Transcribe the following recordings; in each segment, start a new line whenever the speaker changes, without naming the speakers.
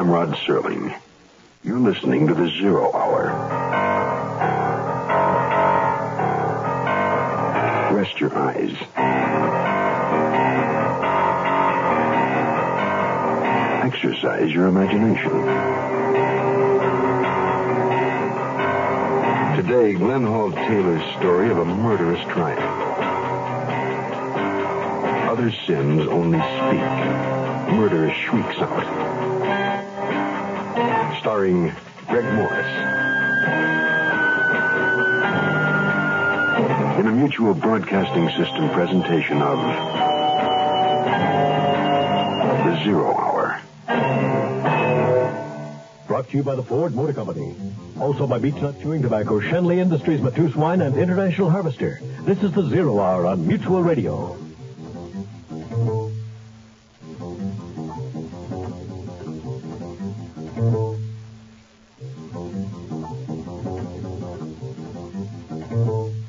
Serling. You're listening to The Zero Hour. Rest your eyes. Exercise your imagination. Today, Glenn Hall Taylor's story of a murderous triumph. Other sins only speak. Murder shrieks out. Starring Greg Morris. in a mutual broadcasting system presentation of The Zero Hour.
Brought to you by the Ford Motor Company. Also by Beechnut Chewing Tobacco, Shenley Industries, Matus Wine, and International Harvester. This is the Zero Hour on Mutual Radio.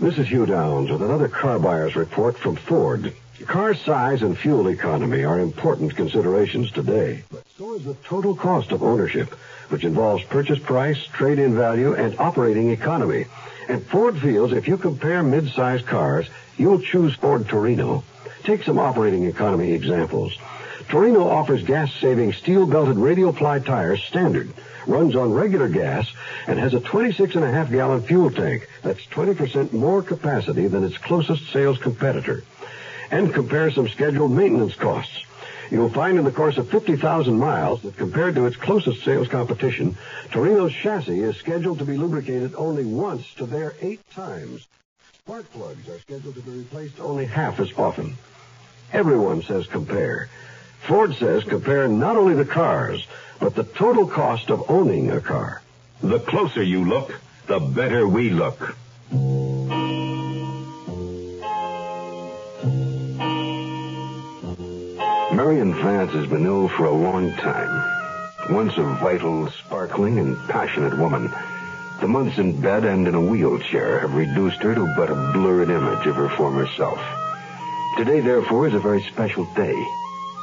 This is Hugh Downs with another car buyer's report from Ford. Car size and fuel economy are important considerations today, but so is the total cost of ownership, which involves purchase price, trade-in value, and operating economy. And Ford feels if you compare mid-size cars, you'll choose Ford Torino. Take some operating economy examples. Torino offers gas-saving steel-belted radial-ply tires standard, runs on regular gas, and has a 26.5 gallon fuel tank. That's 20% more capacity than its closest sales competitor. And compare some scheduled maintenance costs. You'll find in the course of 50,000 miles that compared to its closest sales competition, Torino's chassis is scheduled to be lubricated only once to their eight times. Spark plugs are scheduled to be replaced only half as often. Everyone says compare. Ford says compare not only the cars, but the total cost of owning a car.
The closer you look, the better we look.
Marion Vance has been ill for a long time. Once a vital, sparkling, and passionate woman, the months in bed and in a wheelchair have reduced her to but a blurred image of her former self. Today, therefore, is a very special day,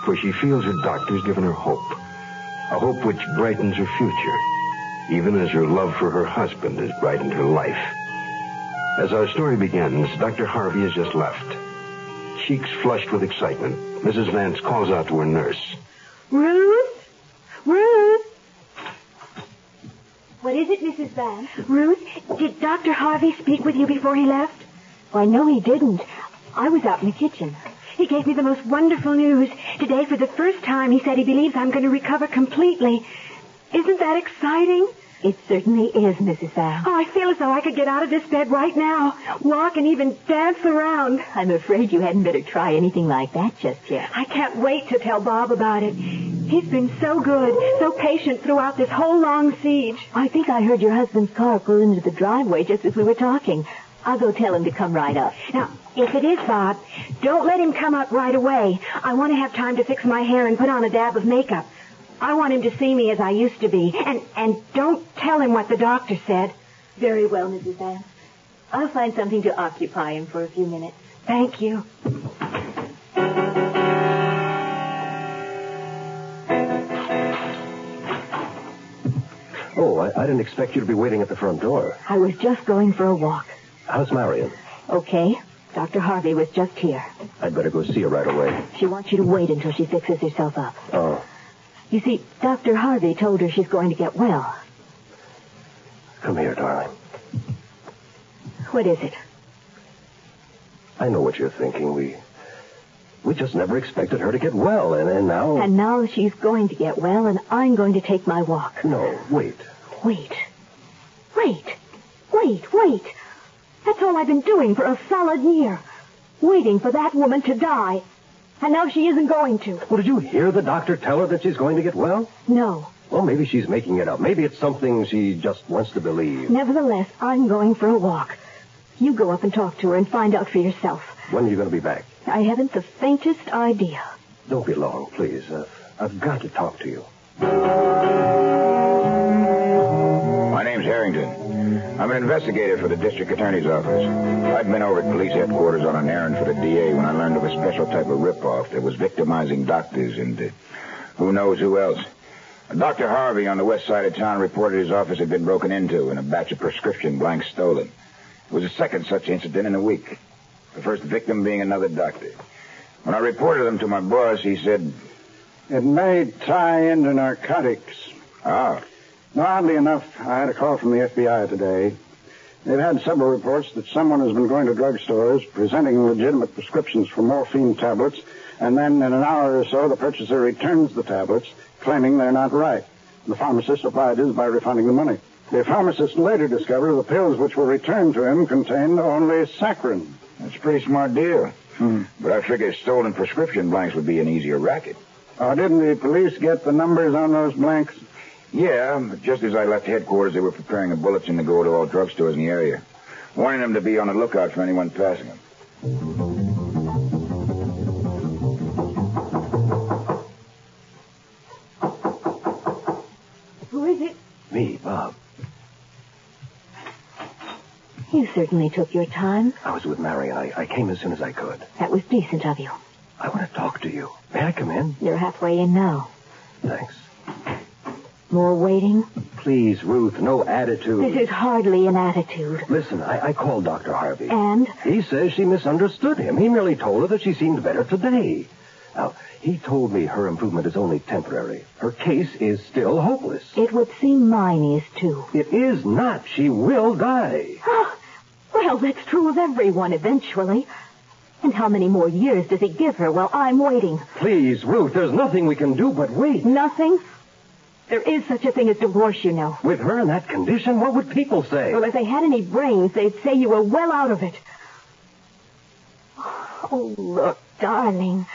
for she feels her doctor's given her hope. A hope which brightens her future, even as her love for her husband has brightened her life. As our story begins, Dr. Harvey has just left. Cheeks flushed with excitement, Mrs. Vance calls out to her nurse.
Ruth? Ruth?
What is it, Mrs. Vance?
Ruth, did Dr. Harvey speak with you before he left? Why, no, he didn't. I was out in the kitchen. He gave me the most wonderful news. Today, for the first time, he said he believes I'm going to recover completely. Isn't that exciting?
It certainly is, Mrs. Vance.
Oh, I feel as though I could get out of this bed right now, walk and even dance around.
I'm afraid you hadn't better try anything like that just yet.
I can't wait to tell Bob about it. He's been so good, so patient throughout this whole long siege.
I think I heard your husband's car pull into the driveway just as we were talking. I'll go tell him to come right up.
Now, if it is Bob, don't let him come up right away. I want to have time to fix my hair and put on a dab of makeup. I want him to see me as I used to be. And, and don't tell him what the doctor said.
Very well, Mrs. Vance. I'll find something to occupy him for a few minutes.
Thank you.
Oh, I, I didn't expect you to be waiting at the front door.
I was just going for a walk.
How's Marion?
Okay. Dr. Harvey was just here.
I'd better go see her right away.
She wants you to wait until she fixes herself up.
Oh,
You see, Dr. Harvey told her she's going to get well.
come here, darling.
What is it?
I know what you're thinking. We we just never expected her to get well, and, and now.
And now she's going to get well, and I'm going to take my walk.
No, wait.
Wait. Wait. Wait, wait. That's all I've been doing for a solid year. Waiting for that woman to die. And now she isn't going to.
Well, did you hear the doctor tell her that she's going to get well?
No.
Well, maybe she's making it up. Maybe it's something she just wants to believe.
Nevertheless, I'm going for a walk. You go up and talk to her and find out for yourself.
When are you going to be back?
I haven't the faintest idea.
Don't be long, please. I've, I've got to talk to you.
My name's Harrington. I'm an investigator for the district attorney's office. I'd been over at police headquarters on an errand for the DA when I learned of a special type of ripoff that was victimizing doctors and uh, who knows who else. Dr. Harvey on the west side of town reported his office had been broken into and a batch of prescription blanks stolen. It was the second such incident in a week. The first victim being another doctor. When I reported them to my boss, he said,
It may tie into narcotics.
Ah,
Now, oddly enough, I had a call from the FBI today. They've had several reports that someone has been going to drugstores, presenting legitimate prescriptions for morphine tablets, and then in an hour or so, the purchaser returns the tablets, claiming they're not right. The pharmacist obliges by refunding the money. The pharmacist later discovered the pills which were returned to him contained only saccharin.
that's a pretty smart deal. But I figured stolen prescription blanks would be an easier racket.
Oh, didn't the police get the numbers on those blanks?
Yeah, but just as I left headquarters, they were preparing a bulletin to go to all drugstores in the area, warning them to be on the lookout for anyone passing them.
Who is it?
Me, Bob.
You certainly took your time.
I was with Marion. I, I came as soon as I could.
That was decent of you.
I want to talk to you. May I come in?
You're halfway in now.
Thanks.
More waiting?
Please, Ruth, no attitude.
This is hardly an attitude.
Listen, I, I called Dr. Harvey.
And
He says she misunderstood him. He merely told her that she seemed better today. Now, he told me her improvement is only temporary. Her case is still hopeless.
it would seem mine is too.
It is not. She will die.
Well, that's true of everyone eventually. And how many more years does he give her while I'm waiting?
Please, Ruth, there's nothing we can do but wait.
Nothing? There is such a thing as divorce, you know.
With her in that condition, what would people say?
Well, if they had any brains, they'd say you were well out of it. Oh, look, darling.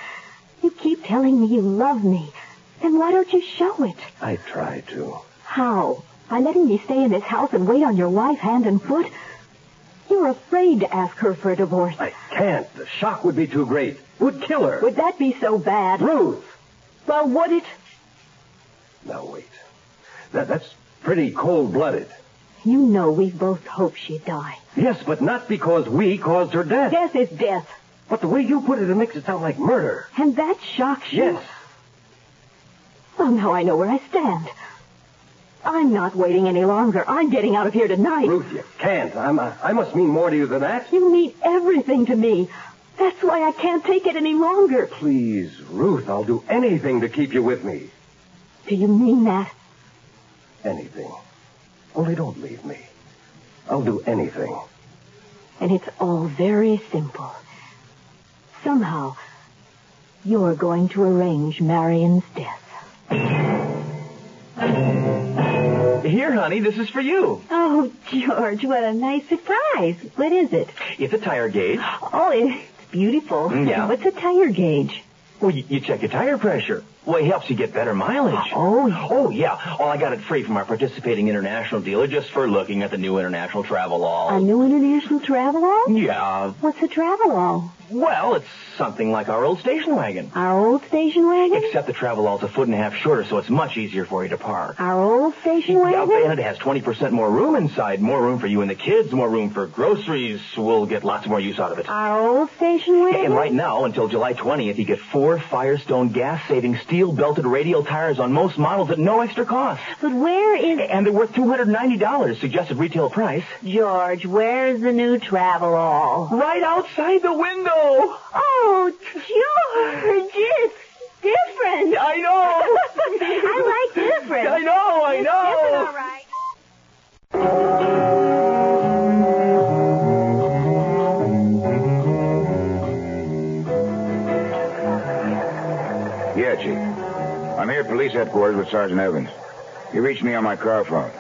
You keep telling me you love me. Then why don't you show it?
I try to.
How? By letting me stay in this house and wait on your wife hand and foot? You're afraid to ask her for a divorce.
I can't. The shock would be too great. It would kill her.
Would that be so bad?
Ruth!
Well, would it?
Now, wait. That, that's pretty cold-blooded.
You know we both hoped she'd die.
Yes, but not because we caused her death.
Death is death.
But the way you put it, it makes it sound like murder.
And that shocks you.
Yes.
Well, now I know where I stand. I'm not waiting any longer. I'm getting out of here tonight.
Ruth, you can't. I'm, uh, I must mean more to you than that.
You mean everything to me. That's why I can't take it any longer.
Please, Ruth, I'll do anything to keep you with me.
Do you mean that?
Anything. Only don't leave me. I'll do anything.
And it's all very simple. Somehow, you're going to arrange Marion's death.
Here, honey, this is for you.
Oh, George, what a nice surprise. What is it?
It's a tire gauge.
Oh, it's beautiful.
Yeah.
What's a tire gauge?
Well, you, you check your tire pressure. Well, it helps you get better mileage.
Oh,
Oh, yeah. Well, I got it free from our participating international dealer just for looking at the new international
a
travel law.
new international travelog?
Yeah.
What's a travelog?
Well, it's something like our old station wagon.
Our old station wagon?
Except the travel law's a foot and a half shorter, so it's much easier for you to park.
Our old station
Yeah,
wagon?
and it has 20% more room inside. More room for you and the kids, more room for groceries. We'll get lots more use out of it.
Our old station wagon?
And right now, until July 20th, you get four Firestone gas-saving steel-belted radial tires on most models at no extra cost.
But where is...
And they're worth $290, suggested retail price.
George, where's the new travelog?
Right outside the window!
Oh, George, it's different.
I know!
I like different.
I know, I know!
right.
Yeah, Chief. I'm here at police headquarters with Sergeant Evans. He reached me on my car phone.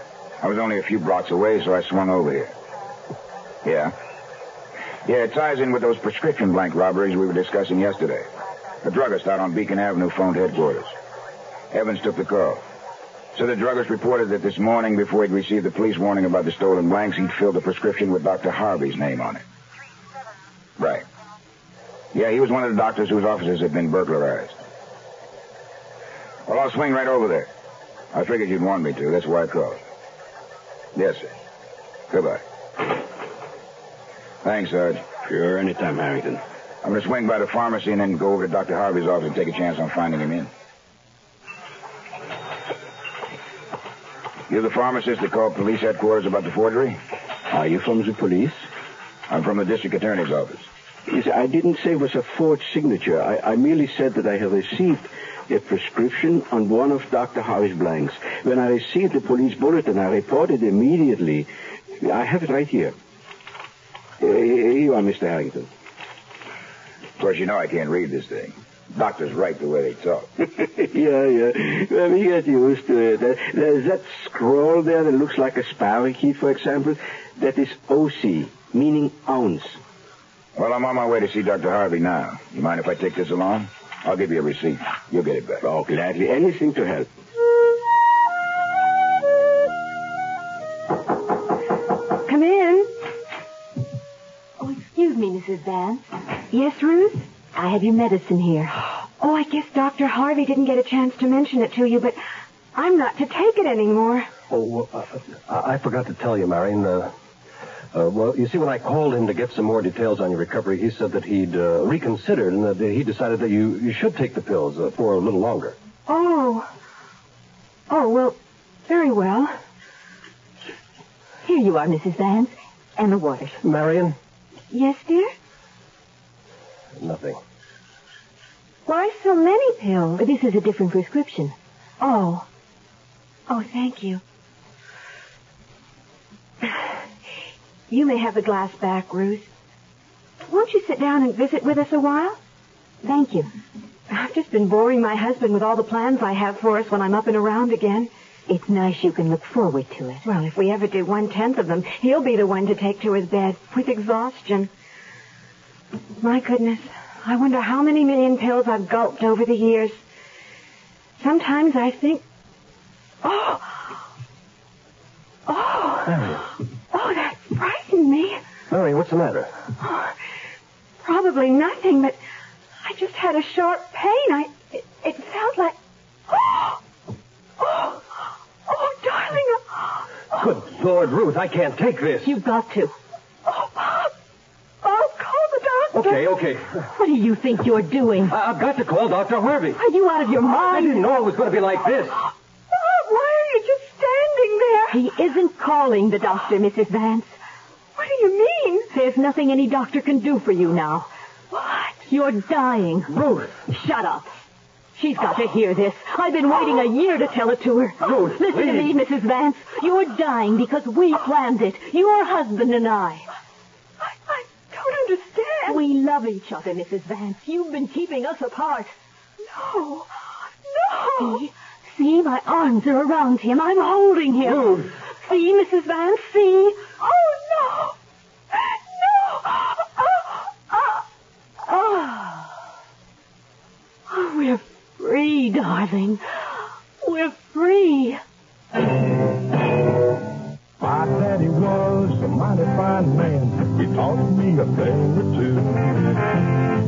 I was only a few blocks away, so I swung over here. Yeah? Yeah, it ties in with those prescription blank robberies we were discussing yesterday. The druggist out on Beacon Avenue phoned headquarters. Evans took the call. So the druggist reported that this morning, before he'd received the police warning about the stolen blanks, he'd filled the prescription with Dr. Harvey's name on it. Right. Yeah, he was one of the doctors whose offices had been burglarized. Well, I'll swing right over there. I figured you'd want me to. That's why I called. Yes, sir. Goodbye. Thanks, Sarge.
Sure, anytime, Harrington.
I'm going to swing by the pharmacy and then go over to Dr. Harvey's office and take a chance on finding him in. You're the pharmacist that called police headquarters about the forgery?
Are you from the police?
I'm from the district attorney's office.
Yes, I didn't say it was a forged signature. I, I merely said that I have received a prescription on one of Dr. Harvey's blanks. When I received the police bulletin, I reported immediately. I have it right here. Here you are, Mr. Harrington.
Of course, you know I can't read this thing. Doctors write the way they talk.
yeah, yeah. Well, we get used to it. That, there's that scroll there that looks like a sparrow key, for example. That is OC, meaning ounce.
Well, I'm on my way to see Dr. Harvey now. You mind if I take this along? I'll give you a receipt. You'll get it back.
Oh, gladly. Anything to help.
Come in. Oh, excuse me, Mrs. Vance. Yes, Ruth? I have your medicine here. Oh, I guess Dr. Harvey didn't get a chance to mention it to you, but I'm not to take it anymore.
Oh, uh, I I forgot to tell you, Marion. Uh, uh, well, you see, when I called him to get some more details on your recovery, he said that he'd uh, reconsidered and that he decided that you, you should take the pills uh, for a little longer.
Oh. Oh, well, very well. Here you are, Mrs. Vance, and the waters.
Marion?
Yes, dear?
Nothing.
Why so many pills? This is a different prescription. Oh. Oh, thank you. You may have the glass back, Ruth. Won't you sit down and visit with us a while? Thank you. I've just been boring my husband with all the plans I have for us when I'm up and around again.
It's nice you can look forward to it.
Well, if we ever do one tenth of them, he'll be the one to take to his bed with exhaustion. My goodness, I wonder how many million pills I've gulped over the years. Sometimes I think, oh, oh, oh, that frightened me.
Marion, what's the matter?
Oh, probably nothing, but I just had a sharp pain. I it, it felt like oh, oh, oh, darling. Oh,
Good Lord, Ruth, I can't take this.
You've got to.
oh, Bob, Bob, call the doctor.
Okay, okay.
What do you think you're doing?
I, I've got to call Dr. Harvey.
Are you out of your
I
mind?
didn't know it was going to be like this.
Bob, why are you just standing there?
He isn't calling the doctor, Mrs. Vance.
What do you mean?
There's nothing any doctor can do for you now.
What?
You're dying.
Ruth,
Shut up. She's got to hear this. I've been waiting a year to tell it to her.
Ruth,
Listen to me,
please.
Mrs. Vance. You're dying because we planned it. Your husband and I.
I, I don't understand.
We love each other, Mrs. Vance. You've been keeping us apart.
No, no.
See? See, my arms are around him. I'm holding him.
Ruth.
See, Mrs. Vance, see?
Oh, no. No. Oh, oh.
Ah. Oh, we're free, darling. We're free.
My daddy was a mighty fine man. He taught me a thing or two.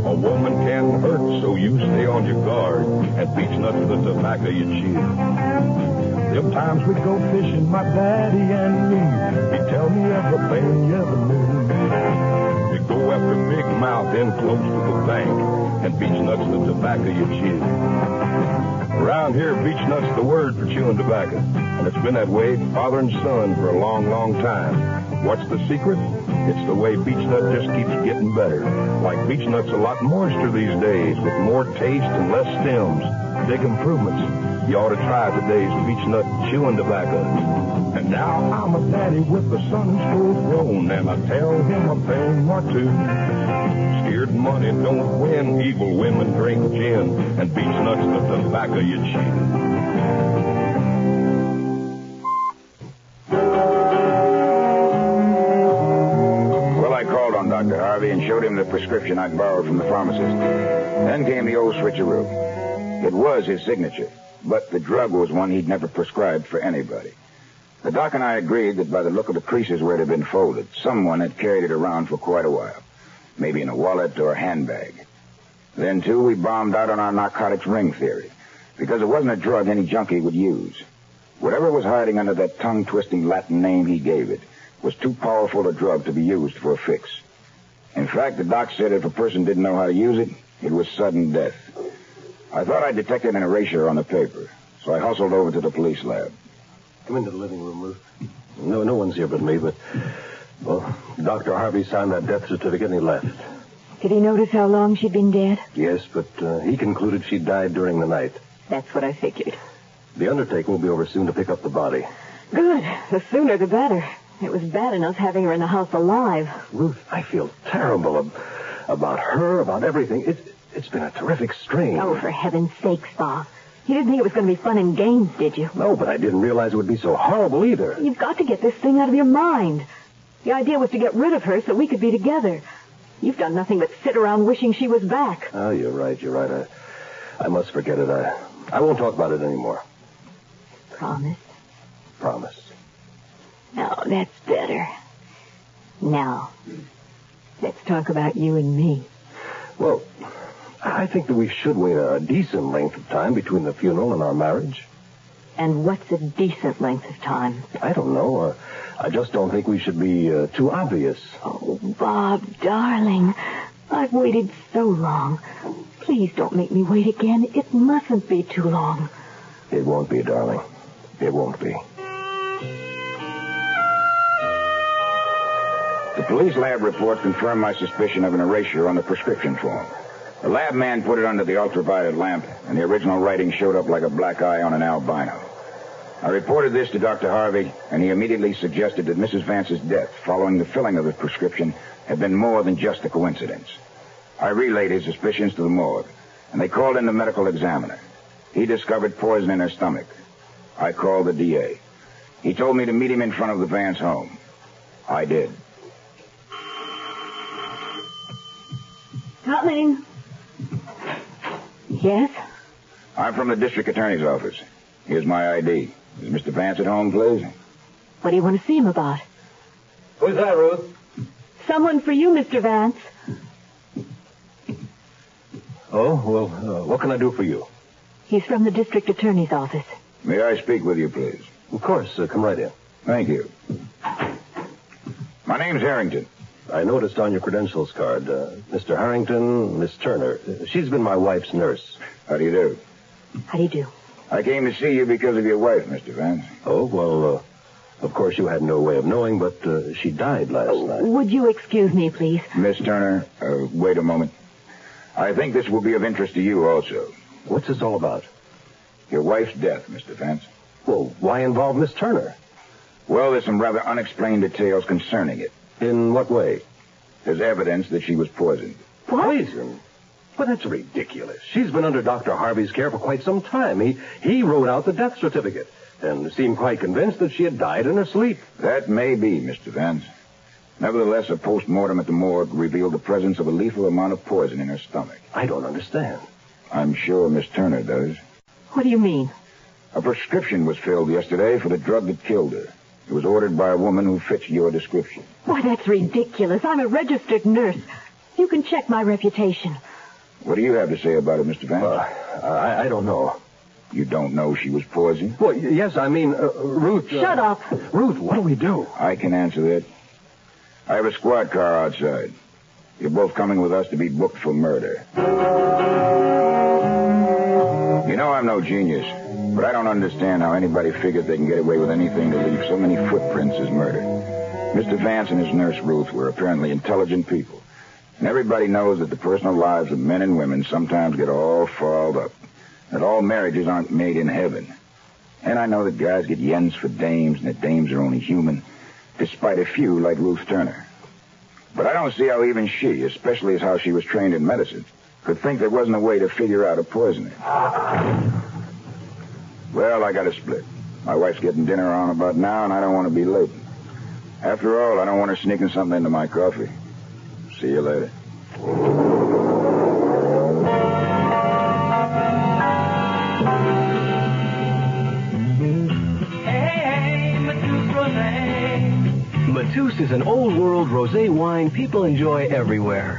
A woman can hurt, so you stay on your guard and reach nuts the tobacco you chew.
Them times we go fishing, my daddy and me. He'd tell me everything you ever knew.
You go after Big Mouth in close to the bank and beach nuts the tobacco you chew. Around here, beach nuts the word for chewing tobacco. And it's been that way, father and son, for a long, long time. What's the secret? It's the way beach nut just keeps getting better. Like beach nut's a lot moister these days, with more taste and less stems. Big improvements. You ought to try today's beach nut chewing tobacco. And now I'm a daddy with the sons full grown, and I tell him a thing or two. Scared money don't win, evil women drink gin, and beach nuts the tobacco you chew.
Well, I called on Dr. Harvey and showed him the prescription I'd borrowed from the pharmacist. Then came the old switcheroo. It was his signature, but the drug was one he'd never prescribed for anybody. The doc and I agreed that by the look of the creases where it had been folded, someone had carried it around for quite a while, maybe in a wallet or a handbag. Then, too, we bombed out on our narcotics ring theory, because it wasn't a drug any junkie would use. Whatever was hiding under that tongue-twisting Latin name he gave it, was too powerful a drug to be used for a fix. In fact, the doc said if a person didn't know how to use it, it was sudden death. I thought I detected an erasure on the paper, so I hustled over to the police lab.
Come into the living room, Ruth. No, no one's here but me, but. Well, Dr. Harvey signed that death certificate and he left.
Did he notice how long she'd been dead?
Yes, but uh, he concluded she died during the night.
That's what I figured.
The undertaker will be over soon to pick up the body.
Good. The sooner the better. It was bad enough having her in the house alive.
Ruth, I feel terrible ab- about her, about everything. It, it's been a terrific strain.
Oh, for heaven's sake, Spa. You didn't think it was going to be fun and games, did you?
No, but I didn't realize it would be so horrible either.
You've got to get this thing out of your mind. The idea was to get rid of her so we could be together. You've done nothing but sit around wishing she was back.
Oh, you're right, you're right. I, I must forget it. I, I won't talk about it anymore.
Promise?
Promise.
No, that's better. Now, let's talk about you and me.
Well, I think that we should wait a decent length of time between the funeral and our marriage.
And what's a decent length of time?
I don't know. Uh, I just don't think we should be uh, too obvious.
Oh, Bob, darling, I've waited so long. Please don't make me wait again. It mustn't be too long.
It won't be, darling. It won't be.
The police lab report confirmed my suspicion of an erasure on the prescription form. The lab man put it under the ultraviolet lamp, and the original writing showed up like a black eye on an albino. I reported this to Dr. Harvey, and he immediately suggested that Mrs. Vance's death following the filling of the prescription had been more than just a coincidence. I relayed his suspicions to the morgue, and they called in the medical examiner. He discovered poison in her stomach. I called the DA. He told me to meet him in front of the Vance home. I did.
Coming. Yes?
I'm from the district attorney's office. Here's my ID. Is Mr. Vance at home, please?
What do you want to see him about?
Who's that, Ruth?
Someone for you, Mr. Vance.
Oh, well, uh, what can I do for you?
He's from the district attorney's office.
May I speak with you, please?
Of course. Uh, come right in.
Thank you. My name's Harrington.
I noticed on your credentials card, uh, Mr. Harrington, Miss Turner. Uh, She's been my wife's nurse.
How do you do?
How do you do?
I came to see you because of your wife, Mr. Vance.
Oh, well, uh, of course you had no way of knowing, but uh, she died last oh, night.
Would you excuse me, please?
Miss Turner, uh, wait a moment. I think this will be of interest to you also.
What's this all about?
Your wife's death, Mr. Vance.
Well, why involve Miss Turner?
Well, there's some rather unexplained details concerning it.
In what way?
There's evidence that she was poisoned.
What?
Poisoned? But that's ridiculous. She's been under Dr. Harvey's care for quite some time. He, he wrote out the death certificate and seemed quite convinced that she had died in her sleep.
That may be, Mr. Vance. Nevertheless, a post-mortem at the morgue revealed the presence of a lethal amount of poison in her stomach.
I don't understand.
I'm sure Miss Turner does.
What do you mean?
A prescription was filled yesterday for the drug that killed her. It was ordered by a woman who fits your description.
Why, that's ridiculous. I'm a registered nurse. You can check my reputation.
What do you have to say about it, Mr. Vance?
Uh, I, I, don't know.
You don't know she was poisoned?
Well, yes, I mean, uh, Ruth.
Shut uh, up.
Ruth, what do we do?
I can answer that. I have a squad car outside. You're both coming with us to be booked for murder. You know I'm no genius, but I don't understand how anybody figures they can get away with anything to leave so many footprints as murder. Mr. Vance and his nurse Ruth were apparently intelligent people. And everybody knows that the personal lives of men and women sometimes get all fouled up. That all marriages aren't made in heaven. And I know that guys get yens for dames and that dames are only human, despite a few like Ruth Turner. But I don't see how even she, especially as how she was trained in medicine, could think there wasn't a way to figure out a poisoning. Well, I got to split. My wife's getting dinner on about now, and I don't want to be late. After all, I don't want her sneaking something into my coffee. See you later.
Matus is an old world rosé wine people enjoy everywhere.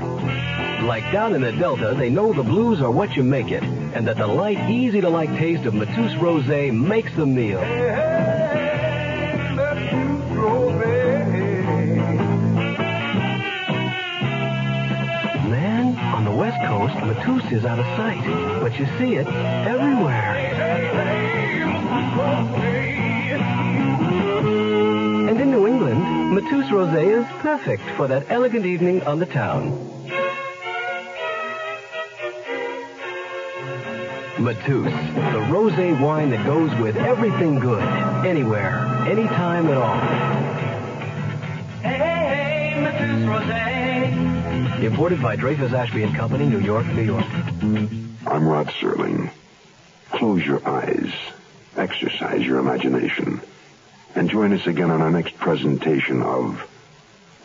Like down in the Delta, they know the blues are what you make it, and that the light, easy to like taste of Matus rosé makes the meal. Hey, hey, On the West Coast, Matus is out of sight, but you see it everywhere.
Matus Rosé is perfect for that elegant evening on the town. Matus, the rosé wine that goes with everything good, anywhere, anytime at all.
Hey, hey, hey, Matus Rosé.
Imported by Dreyfus Ashby and Company, New York, New York.
I'm Rod Serling. Close your eyes. Exercise your imagination. And join us again on our next presentation of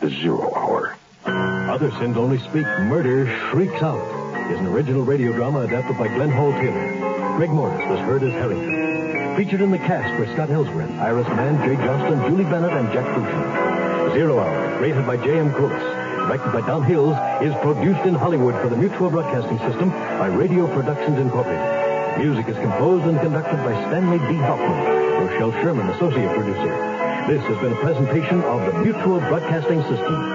The Zero Hour.
Other sins only speak. Murder shrieks out is an original radio drama adapted by Glenn Hall Taylor. Greg Morris was heard as Harrington. Featured in the cast were Scott Hillsworth, Iris Mann, Jay Johnston, Julie Bennett, and Jack Crucian. Zero Hour, created by J.M. Koulis, directed by Don Hills, is produced in Hollywood for the Mutual Broadcasting System by Radio Productions Incorporated. Music is composed and conducted by Stanley D. Hoffman, Rochelle Sherman, associate producer. This has been a presentation of the Mutual Broadcasting System.